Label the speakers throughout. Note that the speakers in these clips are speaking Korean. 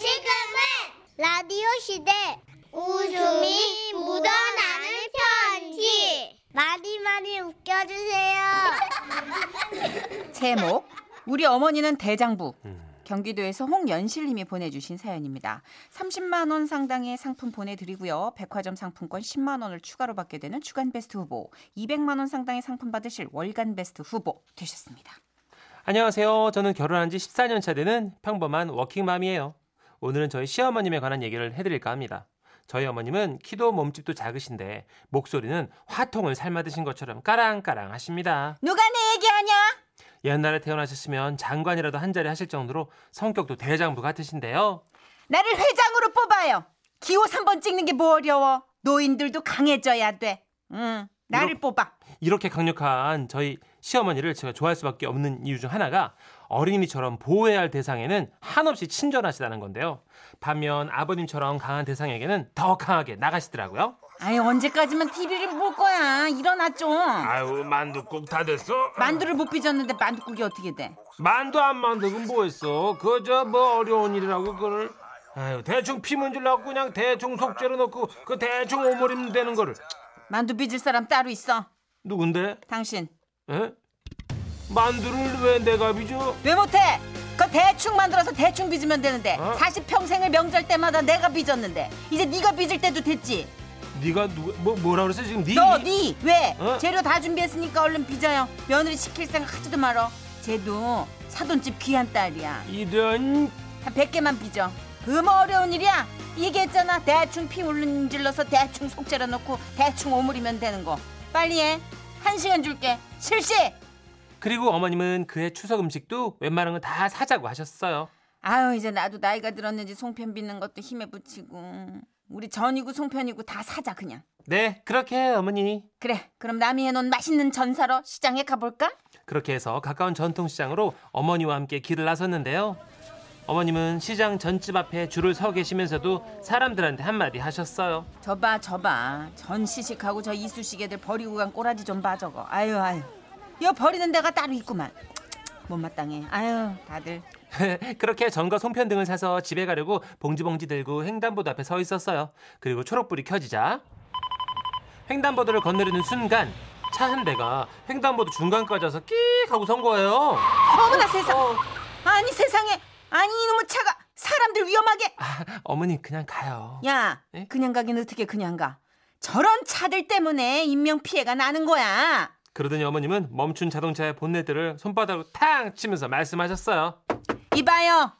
Speaker 1: 지금은 라디오 시대 웃음이 묻어나는 편지 많이 많이 웃겨주세요.
Speaker 2: 제목 우리 어머니는 대장부
Speaker 3: 음.
Speaker 2: 경기도에서 홍연실님이 보내주신 사연입니다. 30만 원 상당의 상품 보내드리고요. 백화점 상품권 10만 원을 추가로 받게 되는 주간 베스트 후보, 200만 원 상당의 상품 받으실 월간 베스트 후보 되셨습니다.
Speaker 3: 안녕하세요. 저는 결혼한 지 14년 차 되는 평범한 워킹맘이에요. 오늘은 저희 시어머님에 관한 얘기를 해드릴까 합니다. 저희 어머님은 키도 몸집도 작으신데 목소리는 화통을 삶아드신 것처럼 까랑까랑 하십니다.
Speaker 2: 누가 내 얘기하냐?
Speaker 3: 옛날에 태어나셨으면 장관이라도 한 자리 하실 정도로 성격도 대장부 같으신데요.
Speaker 2: 나를 회장으로 뽑아요. 기호 3번 찍는 게 뭐 어려워? 노인들도 강해져야 돼. 응, 나를
Speaker 3: 이렇-
Speaker 2: 뽑아.
Speaker 3: 이렇게 강력한 저희 시어머니를 제가 좋아할 수밖에 없는 이유 중 하나가 어린이처럼 보호해야 할 대상에는 한없이 친절하시다는 건데요. 반면 아버님처럼 강한 대상에게는 더 강하게 나가시더라고요.
Speaker 2: 아유 언제까지만 TV를 볼 거야? 일어나 좀.
Speaker 3: 아유 만두국 다 됐어?
Speaker 2: 만두를 못 빚었는데 만두국이 어떻게 돼?
Speaker 3: 만두 안 만두는 뭐했어? 그저 뭐 어려운 일이라고 그걸 아유 대충 피문 줄 넣고 그냥 대충 속재로 넣고 그 대충 오므리면 되는 거를
Speaker 2: 만두 빚을 사람 따로 있어.
Speaker 3: 누군데?
Speaker 2: 당신
Speaker 3: 에? 만두를 왜 내가 빚어?
Speaker 2: 왜 못해? 그거 대충 만들어서 대충 빚으면 되는데
Speaker 3: 어?
Speaker 2: 40평생을 명절 때마다 내가 빚었는데 이제 네가 빚을 때도 됐지
Speaker 3: 네가 누, 뭐 뭐라 그랬어 지금 네?
Speaker 2: 너 니 왜?
Speaker 3: 어?
Speaker 2: 재료 다 준비했으니까 얼른 빚어요 며느리 시킬 생각 하지도 말어 쟤도 사돈집 귀한 딸이야
Speaker 3: 이런
Speaker 2: 한 100개만 빚어 그뭐 어려운 일이야 얘기했잖아 대충 피 울린질러서 대충 속 재려 넣고 대충 오므리면 되는 거 빨리 해한 시간 줄게 실시
Speaker 3: 그리고 어머님은 그의 추석 음식도 웬만한 건 다 사자고 하셨어요
Speaker 2: 아유 이제 나도 나이가 들었는지 송편 빚는 것도 힘에 붙이고 우리 전이고 송편이고 다 사자 그냥
Speaker 3: 네 그렇게 해 어머니
Speaker 2: 그래 그럼 남이 해놓은 맛있는 전 사러 시장에 가볼까?
Speaker 3: 그렇게 해서 가까운 전통시장으로 어머니와 함께 길을 나섰는데요. 어머님은 시장 전집 앞에 줄을 서 계시면서도 사람들한테 한마디 하셨어요.
Speaker 2: 저봐 저봐 전 시식하고 저 이쑤시개 들 버리고 간 꼬라지 좀 봐 저거 아유 아유 여 버리는 데가 따로 있구만 못마땅해 아유 다들
Speaker 3: 그렇게 전과 송편 등을 사서 집에 가려고 봉지봉지 들고 횡단보도 앞에 서 있었어요. 그리고 초록불이 켜지자 횡단보도를 건너려는 순간 차 한 대가 횡단보도 중간까지 와서 끼익 하고 선 거예요.
Speaker 2: 어머나 세상 아니 세상에 아니 이놈의 차가 사람들 위험하게
Speaker 3: 아, 어머니 그냥 가요.
Speaker 2: 야
Speaker 3: 예?
Speaker 2: 그냥 가긴 어떻게 그냥 가 저런 차들 때문에 인명피해가 나는 거야
Speaker 3: 그러더니 어머님은 멈춘 자동차의 본네트를 손바닥으로 탕 치면서 말씀하셨어요.
Speaker 2: 이봐요.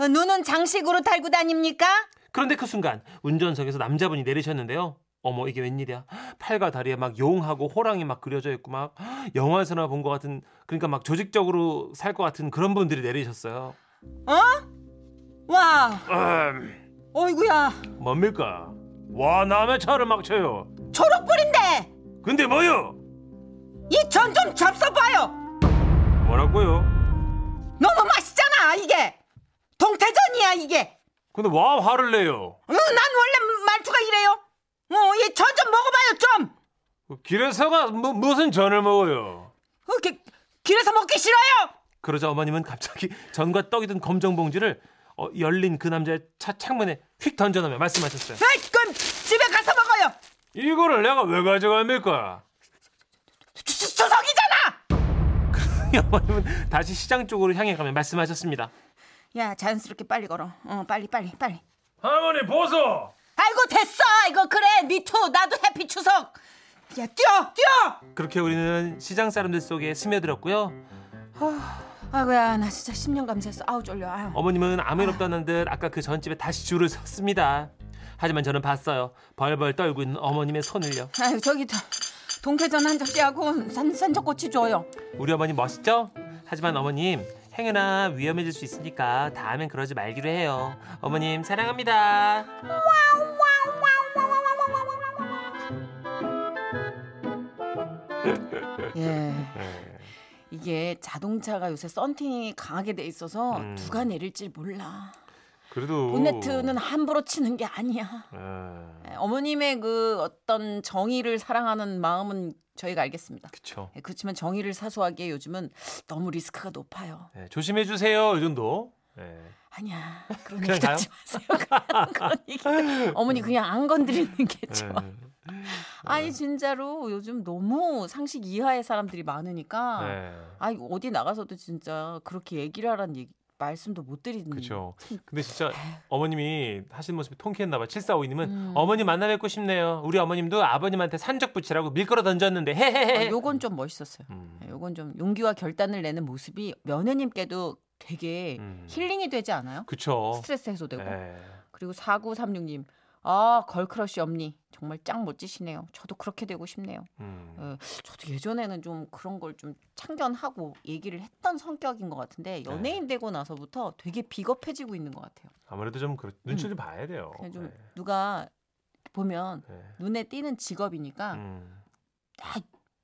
Speaker 2: 어, 눈은 장식으로 달고 다닙니까?
Speaker 3: 그런데 그 순간 운전석에서 남자분이 내리셨는데요. 어머 이게 웬일이야? 팔과 다리에 막 용하고 호랑이 막 그려져 있고 막 영화에서나 본 것 같은 그러니까 막 조직적으로 살 것 같은 그런 분들이 내리셨어요.
Speaker 2: 와,
Speaker 3: 음,
Speaker 2: 어이구야.
Speaker 3: 뭡니까? 와 남의 차를 막쳐요.
Speaker 2: 초록불인데!
Speaker 3: 근데 뭐요?
Speaker 2: 이 전 좀 잡숴봐요!
Speaker 3: 뭐라고요?
Speaker 2: 너무 맛있잖아, 이게! 동태전이야, 이게!
Speaker 3: 근데 와 화를 내요.
Speaker 2: 어, 난 원래 말투가 이래요! 어, 이 전 좀 먹어봐요, 좀!
Speaker 3: 길에서가 뭐, 무슨 전을 먹어요?
Speaker 2: 어, 기, 길에서 먹기 싫어요!
Speaker 3: 그러자 어머님은 갑자기 전과 떡이 든 검정 봉지를 어, 열린 그 남자의 차 창문에 휙 던져넣으며 말씀하셨어요.
Speaker 2: 아이, 그럼 집에 가서 먹어요!
Speaker 3: 이거를 내가 왜 가져갑니까?
Speaker 2: 주- 주- 주석이잖아!
Speaker 3: 어머님은 다시 시장 쪽으로 향해 가며 말씀하셨습니다.
Speaker 2: 야, 자연스럽게 빨리 걸어. 어, 빨리, 빨리, 빨리.
Speaker 3: 할머니 보소.
Speaker 2: 아이고, 됐어! 이거 그래! 미투! 나도 해피 추석! 야, 뛰어! 뛰어!
Speaker 3: 그렇게 우리는 시장 사람들 속에 스며들었고요.
Speaker 2: 아이고야 나 진짜 10년 감수했어 아우 쫄려 아유
Speaker 3: 어머님은 아무 일 없다는 듯 아까 그 전집에 다시 줄을 섰습니다. 하지만 저는 봤어요. 벌벌 떨고 있는 어머님의 손을요.
Speaker 2: 아유 저기 저, 동태전 한 접시하고 산, 산적꼬치 줘요
Speaker 3: 우리 어머니 멋있죠? 하지만 어머님 행여나 위험해질 수 있으니까 다음엔 그러지 말기로 해요. 어머님 사랑합니다.
Speaker 2: 예
Speaker 3: 네,
Speaker 2: 이게 자동차가 요새 썬팅이 강하게 돼 있어서
Speaker 3: 음.
Speaker 2: 누가 내릴지 몰라
Speaker 3: 그래도
Speaker 2: 본네트는 함부로 치는 게 아니야
Speaker 3: 네,
Speaker 2: 예, 어머님의 그 어떤 정의를 사랑하는 마음은 저희가 알겠습니다
Speaker 3: 그쵸.
Speaker 2: 예, 그렇지만 정의를 사소하게 요즘은 너무 리스크가 높아요
Speaker 3: 조심해 주세요. 네, 이 정도. 예.
Speaker 2: 아니야. 그런
Speaker 3: 그냥
Speaker 2: 얘기 하지 마세요. 그냥 그런 얘기. 하지- 어머니 그냥 안 건드리는 게 좋아.
Speaker 3: 예.
Speaker 2: 아니 진짜로 요즘 너무 상식 이하의 사람들이 많으니까
Speaker 3: 예.
Speaker 2: 아니 어디 나가서도 진짜 그렇게 얘기를 하라는 얘기, 말씀도 못 드리는.
Speaker 3: 그렇죠.
Speaker 2: 음.
Speaker 3: 근데 진짜 어머님이 하신 모습이 통쾌했나 봐. 7452님은
Speaker 2: 네. 음.
Speaker 3: 어머님 만나 뵙고 싶네요. 우리 어머님도 아버님한테 산적 붙이라고 밀가루 던졌는데 헤헤헤.
Speaker 2: 아, 요건 좀 멋있었어요.
Speaker 3: 음.
Speaker 2: 네, 요건 좀 용기와 결단을 내는 모습이 며느님께도 되게
Speaker 3: 음. 어.
Speaker 2: 힐링이 되지 않아요?
Speaker 3: 그쵸.
Speaker 2: 스트레스 해소되고.
Speaker 3: 예.
Speaker 2: 그리고 4936님. 아, 걸크러쉬 엄니. 정말 짱 멋지시네요. 저도 그렇게 되고 싶네요.
Speaker 3: 음.
Speaker 2: 예, 저도 예전에는 좀 그런 걸 좀 참견하고 얘기를 했던 성격인 것 같은데
Speaker 3: 네.
Speaker 2: 연예인 되고 나서부터 되게 비겁해지고 있는 것 같아요.
Speaker 3: 아무래도 좀 그렇, 눈치를 봐야 돼요.
Speaker 2: 음. 그냥 좀
Speaker 3: 예.
Speaker 2: 누가 보면
Speaker 3: 예.
Speaker 2: 눈에 띄는 직업이니까
Speaker 3: 음.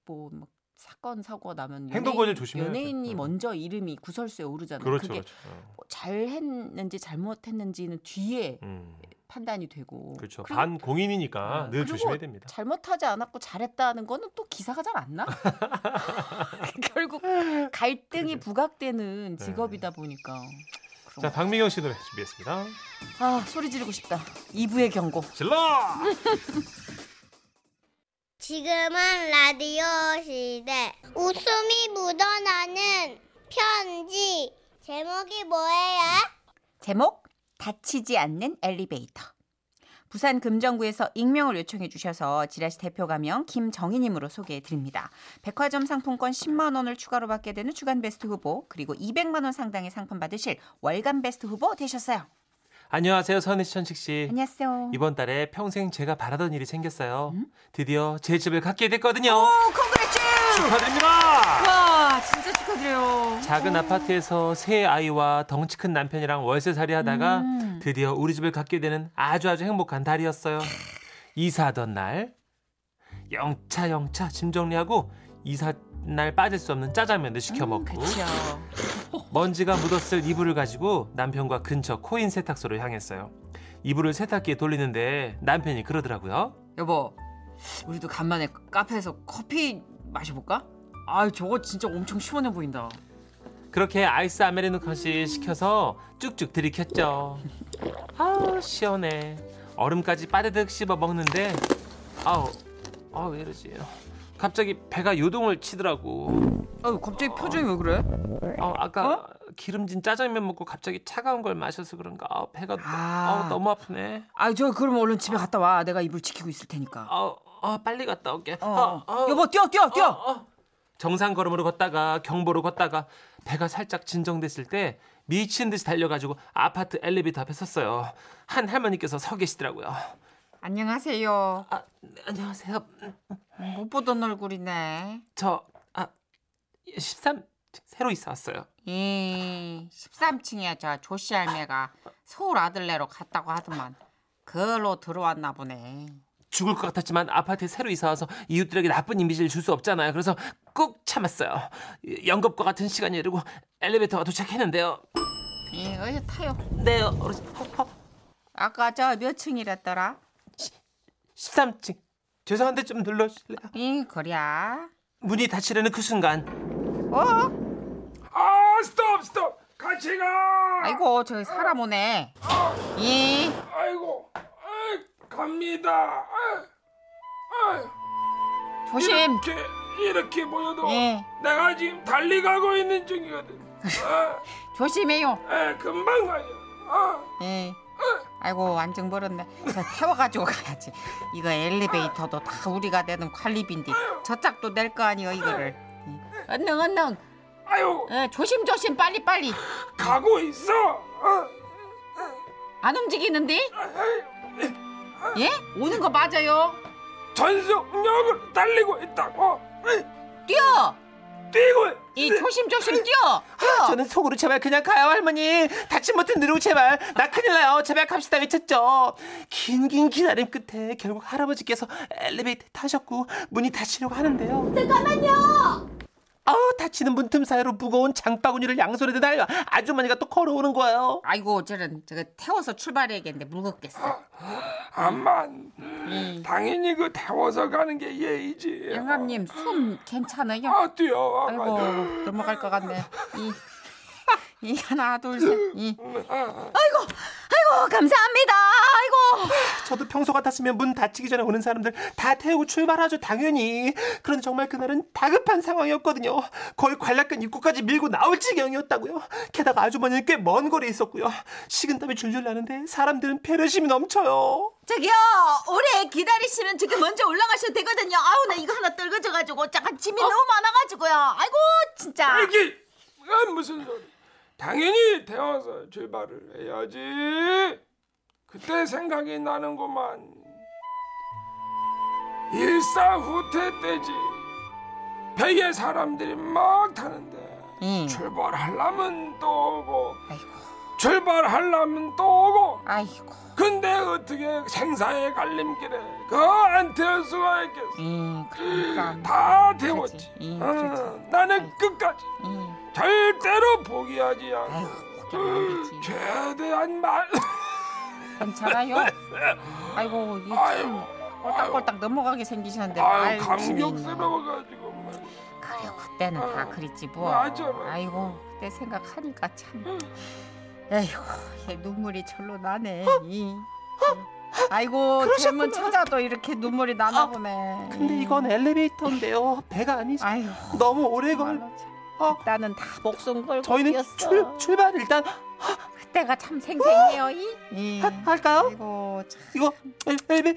Speaker 2: 뭐, 막 사건 사고 나면
Speaker 3: 행동
Speaker 2: 연예인-
Speaker 3: 권위를 조심해야죠.
Speaker 2: 연예인이
Speaker 3: 음.
Speaker 2: 먼저 이름이 구설수에 오르잖아요.
Speaker 3: 그렇죠.
Speaker 2: 게
Speaker 3: 그렇죠. 어.
Speaker 2: 뭐 잘했는지 잘못했는지는 뒤에
Speaker 3: 음.
Speaker 2: 판단이 되고
Speaker 3: 그렇죠.
Speaker 2: 예, 그리고
Speaker 3: 반 공인이니까
Speaker 2: 아,
Speaker 3: 늘
Speaker 2: 그리고
Speaker 3: 조심해야 됩니다.
Speaker 2: 잘못하지 않았고 잘했다는 거는 또 기사가 잘 안 나. 결국 갈등이
Speaker 3: 그러게요.
Speaker 2: 부각되는 직업이다 보니까. 그런
Speaker 3: 네. 자,
Speaker 2: 거.
Speaker 3: 박민경 씨 노래 준비했습니다.
Speaker 2: 아 소리 지르고 싶다. 2부의 경고.
Speaker 3: 질러!
Speaker 1: 지금은 라디오 시대. 웃음이 묻어나는 편지. 제목이 뭐예요?
Speaker 2: 제목 다치지 않는 엘리베이터. 부산 금정구에서 익명을 요청해 주셔서 지라시 대표 가명 김정희님으로 소개해 드립니다. 백화점 상품권 10만 원을 추가로 받게 되는 주간 베스트 후보 그리고 200만 원 상당의 상품 받으실 월간 베스트 후보 되셨어요.
Speaker 3: 안녕하세요, 선혜 씨, 천식 씨.
Speaker 2: 안녕하세요.
Speaker 3: 네. 이번 달에 평생 제가 바라던 일이 생겼어요. 드디어 제 집을 갖게 됐거든요.
Speaker 2: 콩그레츠!
Speaker 3: 축하드립니다.
Speaker 2: 와 진짜 축하드려요.
Speaker 3: 작은 아파트에서 새 아이와 덩치 큰 남편이랑 월세살이 하다가
Speaker 2: 음.
Speaker 3: 드디어 우리 집을 갖게 되는 아주 아주 행복한 달이었어요. 이사하던 날 영차 영차 짐 정리하고 이사 날 빠질 수 없는 짜장면을 시켜 먹고
Speaker 2: 그렇죠.
Speaker 3: 먼지가 묻었을 이불을 가지고 남편과 근처 코인 세탁소로 향했어요. 이불을 세탁기에 돌리는데 남편이 그러더라고요.
Speaker 2: 여보 우리도 간만에 카페에서 커피 마셔볼까? 아 저거 진짜 엄청 시원해 보인다.
Speaker 3: 그렇게 아이스 아메리노 컷이 시켜서 쭉쭉 들이켰죠. 아우 시원해. 얼음까지 빠르득 씹어 먹는데 아우 아왜 이러지? 갑자기 배가 요동을 치더라고.
Speaker 2: 아 갑자기 표정이 왜 그래?
Speaker 3: 아 아까
Speaker 2: 어?
Speaker 3: 기름진 짜장면 먹고 갑자기 차가운 걸 마셔서 그런가 아, 배가
Speaker 2: 아.
Speaker 3: 아, 너무 아프네.
Speaker 2: 아 저 그럼 얼른 집에 갔다 와. 내가 이불 지키고 있을 테니까.
Speaker 3: 아, 아 빨리 갔다 올게.
Speaker 2: 어.
Speaker 3: 아, 아,
Speaker 2: 여보 뛰어 뛰어 뛰어.
Speaker 3: 어, 어. 정상 걸음으로 걷다가 경보로 걷다가 배가 살짝 진정됐을 때 미친 듯이 달려가지고 아파트 엘리베이터 앞에 섰어요. 한 할머니께서 서 계시더라고요.
Speaker 2: 안녕하세요.
Speaker 3: 아, 네, 안녕하세요.
Speaker 2: 못 보던 얼굴이네.
Speaker 3: 저 아, 13 새로 이사 왔어요.
Speaker 2: 예. 13층이야 저 조씨 할매가 서울 아들네로 갔다고 하더만 그로 들어왔나 보네.
Speaker 3: 죽을 것 같았지만 아파트에 새로 이사 와서 이웃들에게 나쁜 이미지를 줄 수 없잖아요. 그래서 꾹 참았어요. 연극과 같은 시간이 흐르고 엘리베이터가 도착했는데요.
Speaker 2: 예, 어디 타요?
Speaker 3: 네, 어르신. 허, 허.
Speaker 2: 아까 저 몇 층이랬더라?
Speaker 3: 13층. 죄송한데 좀 눌러주실래요?
Speaker 2: 예, 그랴.
Speaker 3: 문이 닫히려는 그 순간
Speaker 2: 어?
Speaker 4: 아 스톱 스톱 같이 가
Speaker 2: 아이고 저기 사람 오네. 예.
Speaker 4: 아이고 아이, 갑니다 아이, 아이,
Speaker 2: 조심.
Speaker 4: 이렇게 이렇게 보여도
Speaker 2: 예.
Speaker 4: 내가 지금 달리 가고 있는 중이거든 아,
Speaker 2: 조심해요.
Speaker 4: 아, 금방 가요 아,
Speaker 2: 예. 아이고 완전 멀었네. 저 태워가지고 가야지. 이거 엘리베이터도 다 우리가 내는 관리비인데 저짝도 낼 거 아니여 이거를. 예. 얼른 얼른.
Speaker 4: 아유
Speaker 2: 예, 조심 조심 빨리 빨리.
Speaker 4: 가고 있어 아,
Speaker 2: 안 움직이는데? 예? 오는 거 맞아요?
Speaker 4: 전속력을 달리고 있다고 아,
Speaker 2: 뛰어.
Speaker 4: 뛰고
Speaker 2: 이 조심 조심 뛰어. 뛰어.
Speaker 3: 아, 저는 속으로 제발 그냥 가요 할머니 닫지 못해 누르고 제발 나 큰일 나요 제발 갑시다 외쳤죠 긴긴 기다림 끝에 결국 할아버지께서 엘리베이터 타셨고 문이 닫히려고 하는데요 잠깐만요 아우 닫히는 문틈 사이로 무거운 장바구니를 양손에 들달려 아주머니가 또 걸어오는 거예요
Speaker 2: 아이고 저런 저거 태워서 출발해야겠는데 무겁겠어.
Speaker 4: 암만 당연히 그 태워서 가는 게 예의지
Speaker 2: 음. 영감님 숨 괜찮아요?
Speaker 4: 아 뛰어 아,
Speaker 2: 아이고 넘어갈 것 같네. 이 이 하나
Speaker 4: 음,
Speaker 2: 둘셋이 아이고 아이고 감사합니다 아이고
Speaker 3: 저도 평소 같았으면 문 닫히기 전에 오는 사람들 다 태우고 출발하죠 당연히 그런데 정말 그날은 다급한 상황이었거든요 거의 관략근 입구까지 밀고 나올 지경이었다고요 게다가 아주머니는 꽤 먼 거리에 있었고요 식은땀이 줄줄 나는데 사람들은 배려심이 넘쳐요
Speaker 2: 저기요 오래 기다리시면 저기 먼저 올라가셔도 되거든요 아우 나 이거 하나 떨궈져가지고 잠깐
Speaker 4: 어?
Speaker 2: 짐이 너무 많아가지고요 아이고 진짜
Speaker 4: 이게 아, 무슨 소리? 당연히 태워서 출발을 해야지. 그때 생각이 나는구만. 일사후퇴 때지. 배에 사람들이 막 타는데
Speaker 2: 음.
Speaker 4: 출발하려면 또 오고
Speaker 2: 아이고
Speaker 4: 출발하려면 또 오고
Speaker 2: 아이고
Speaker 4: 근데 어떻게 생사의 갈림길에 그안 태울 수가 있겠어?
Speaker 2: 음 그러니까
Speaker 4: 다 태웠지.
Speaker 2: 그렇지. 음,
Speaker 4: 어,
Speaker 2: 그렇지.
Speaker 4: 나는
Speaker 2: 아이고.
Speaker 4: 끝까지
Speaker 2: 음
Speaker 4: 절대로 포기하지 않고
Speaker 2: 아이고 그게 안 되지
Speaker 4: 최대한 말.
Speaker 2: 괜찮아요 아이고 이게 참
Speaker 4: 아유,
Speaker 2: 꼴딱꼴딱 넘어가게 생기시는데
Speaker 4: 아유
Speaker 2: 아이고,
Speaker 4: 감격스러워가지고 뭐 말.
Speaker 2: 어, 그래요 그때는 다 그랬지 뭐
Speaker 4: 맞아, 맞아.
Speaker 2: 아이고 어. 그때 생각하니까 참 에휴 얘 눈물이 절로 나네 이. 아이고 젊은 찾아도 이렇게 눈물이 나나 보네
Speaker 3: 근데 이건 엘리베이터인데요 배가 아니죠
Speaker 2: 아유
Speaker 3: 너무 오래 걸
Speaker 2: 정말로 참.
Speaker 3: 어,
Speaker 2: 나는 다 목숨 걸고
Speaker 3: 저희는
Speaker 2: 뛰었어.
Speaker 3: 출, 출발 일단
Speaker 2: 그때가 참 생생해요 이. 이.
Speaker 3: 하- 할까요?
Speaker 2: 네. 아이고 참,
Speaker 3: 이거 엘- 엘리베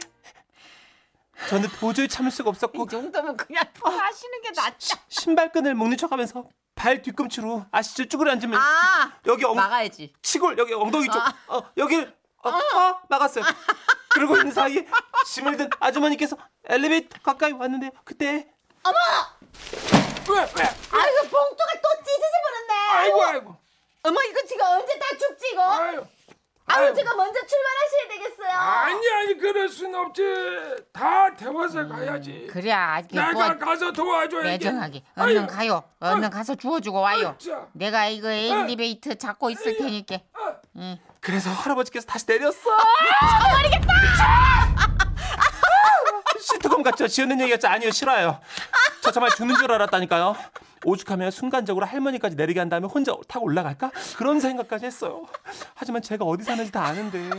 Speaker 3: 저는 도저히 참을 수가 없었고
Speaker 2: 이 정도면 그냥 어, 하시는 게 낫지
Speaker 3: 신발끈을 묶는 척하면서 발 뒤꿈치로 아시죠 쭈그려 앉으면
Speaker 2: 아
Speaker 3: 여기 엉,
Speaker 2: 막아야지
Speaker 3: 치골 여기 엉덩이 쪽 어, 여기를 어, 어, 막았어요. 그러고 있는 사이에 짐을 든 아주머니께서 엘리베이터 가까이 왔는데 그때
Speaker 4: 왜 왜?
Speaker 2: 아이고 봉투가 또 찢어져버렸네
Speaker 4: 아이고 아이고.
Speaker 2: 어머 이거 지금 언제 다 춥지 이거
Speaker 4: 아유.
Speaker 2: 아버지가 먼저 출발하셔야 되겠어요
Speaker 4: 아니 아니 그럴 순 없지. 다 태워서 가야지.
Speaker 2: 음, 그래 이게
Speaker 4: 내가
Speaker 2: 뭐
Speaker 4: 가서 도와줘야지.
Speaker 2: 매정하게
Speaker 4: 아유,
Speaker 2: 얼른 가요 얼른
Speaker 4: 아유.
Speaker 2: 가서 주워주고 와요
Speaker 4: 진짜.
Speaker 2: 내가 이거 엘리베이터 잡고 있을 테니까
Speaker 4: 아,
Speaker 3: 그래서 할아버지께서 다시 내렸어. 미쳐버리겠다. 시트콤 같죠? 지어낸 얘기였죠? 아니요 싫어요. 저 정말 죽는 줄 알았다니까요. 오죽하면 순간적으로 할머니까지 내리게 한 다음에 혼자 타고 올라갈까? 그런 생각까지 했어요. 하지만 제가 어디 사는지 다 아는데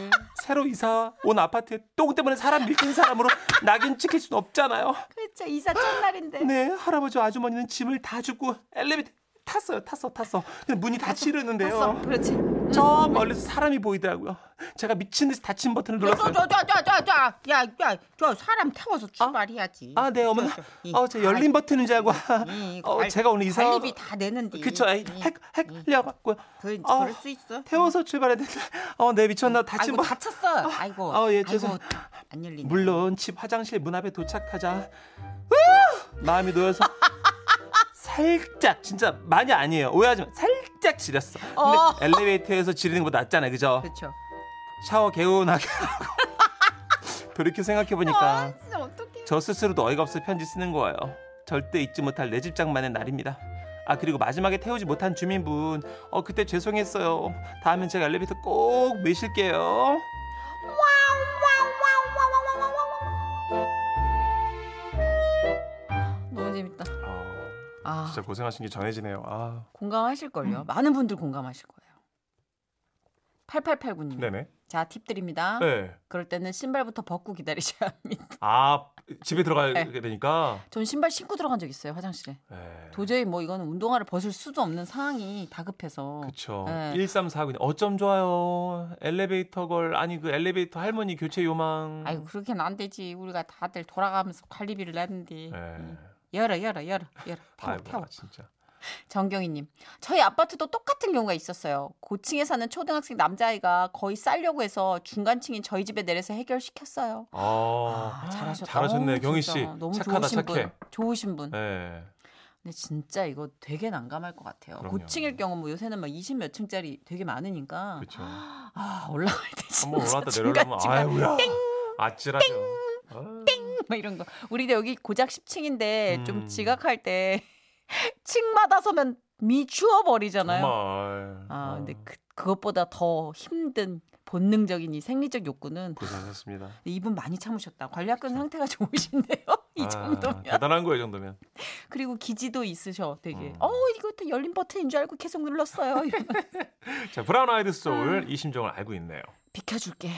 Speaker 3: 새로 이사 온 아파트에 똥 때문에 사람 밀린 사람으로 낙인 찍힐 순 없잖아요.
Speaker 2: 그렇죠 이사 첫날인데
Speaker 3: 네, 할아버지 아주머니는 짐을 다 주고 엘리베이터 탔어요, 탔어, 탔어. 근데 문이 닫히려는데요.
Speaker 2: 어, 그렇지
Speaker 3: 저 멀리서 사람이 보이더라고요. 제가 미친 듯이 닫힌 버튼을 눌렀어요.
Speaker 2: 저저저저저저야야저 사람 태워서 출발해야지
Speaker 3: 아, 네, 어머나. 어, 제 열린 버튼인 줄 알고. 어, 제가 오늘 이사.
Speaker 2: 음,
Speaker 3: 음,
Speaker 2: 관리비 다 내는데
Speaker 3: 그쵸, 에이, 핵, 핵, 려갖고
Speaker 2: 그,
Speaker 3: 어,
Speaker 2: 그럴 수 있어
Speaker 3: 태워서 출발했는데, 어, 네, 미쳤나, 닫힌
Speaker 2: 아이고
Speaker 3: 버
Speaker 2: 다쳤어 아이고
Speaker 3: 아, 예,
Speaker 2: 아이고,
Speaker 3: 죄송-
Speaker 2: 안 열리네
Speaker 3: 물론 집 화장실 문 앞에 도착하자 으! 마음이 놓여서 살짝 진짜 많이 아니에요 오해하지 마 살짝 지렸어 근데
Speaker 2: 어.
Speaker 3: 엘리베이터에서 지르는 것보다 낫잖아요 그죠
Speaker 2: 그렇죠
Speaker 3: 샤워 개운하게 하고 돌이켜 생각해보니까
Speaker 2: 아, 진짜 어떡해
Speaker 3: 저 스스로도 어이가 없어 편지 쓰는 거예요 절대 잊지 못할 내 집장만의 날입니다 아 그리고 마지막에 태우지 못한 주민분 어 그때 죄송했어요 다음엔 제가 엘리베이터 꼭 매실게요
Speaker 2: 너무 재밌다 아
Speaker 3: 고생하신 게 전해지네요 아
Speaker 2: 공감하실걸요. 많은 분들 공감하실 거예요. 8889님.
Speaker 3: 네네
Speaker 2: 자, 팁 드립니다.
Speaker 3: 네.
Speaker 2: 그럴 때는 신발부터 벗고 기다리셔야 합니다.
Speaker 3: 아 집에 들어가게
Speaker 2: 네.
Speaker 3: 되니까
Speaker 2: 전 신발 신고 들어간 적 있어요, 화장실에.
Speaker 3: 네.
Speaker 2: 도저히 뭐 이거는 운동화를 벗을 수도 없는 상황이 다급해서.
Speaker 3: 그쵸
Speaker 2: 네.
Speaker 3: 1349님 어쩜 좋아요 엘리베이터 걸 아니 그 엘리베이터 할머니 교체 요망
Speaker 2: 아이고, 그렇게는 안 되지. 우리가 다들 돌아가면서 관리비를 내는데.
Speaker 3: 네.
Speaker 2: 음. 열어, 열어, 열어, 열어. 태워,
Speaker 3: 아이고,
Speaker 2: 태워.
Speaker 3: 진짜
Speaker 2: 정경희님, 저희 아파트도 똑같은 경우가 있었어요. 고층에 사는 초등학생 남자아이가 거의 쌀려고 해서 중간층인 저희 집에 내려서 해결시켰어요.
Speaker 3: 아,
Speaker 2: 아, 잘하셨다.
Speaker 3: 잘하셨네
Speaker 2: 어우,
Speaker 3: 경희
Speaker 2: 진짜.
Speaker 3: 씨
Speaker 2: 너무
Speaker 3: 착하다
Speaker 2: 좋으신
Speaker 3: 착해
Speaker 2: 분. 좋으신 분.
Speaker 3: 네.
Speaker 2: 근데 진짜 이거 되게 난감할 것 같아요.
Speaker 3: 그럼요.
Speaker 2: 고층일 경우 뭐 요새는 막 20몇 층짜리 되게 많으니까
Speaker 3: 그쵸
Speaker 2: 아 올라갈 때
Speaker 3: 그렇죠.
Speaker 2: 진짜
Speaker 3: 한번 올라왔다 내려오면
Speaker 2: 중간중간
Speaker 3: 아이고야 아찔하죠 아유.
Speaker 2: 뭐 이런 거. 우리도 여기 고작 10층인데
Speaker 3: 음.
Speaker 2: 좀 지각할 때 층마다 서면 미추어 버리잖아요.
Speaker 3: 정말
Speaker 2: 아 근데
Speaker 3: 아,
Speaker 2: 그, 그것보다 더 힘든 본능적인 이 생리적 욕구는
Speaker 3: 고생하셨습니다
Speaker 2: 이분 많이 참으셨다. 관략근 상태가 좋으신데요. 이
Speaker 3: 그렇죠. 아,
Speaker 2: 정도면.
Speaker 3: 대단한 거예요, 이 정도면.
Speaker 2: 그리고 기지도 있으셔 되게.
Speaker 3: 음.
Speaker 2: 어 이것도 열린 버튼인 줄 알고 계속 눌렀어요. 이러면서 음.
Speaker 3: 자, 브라운 아이드 소울 이심정을 알고 있네요.
Speaker 2: 비켜줄게.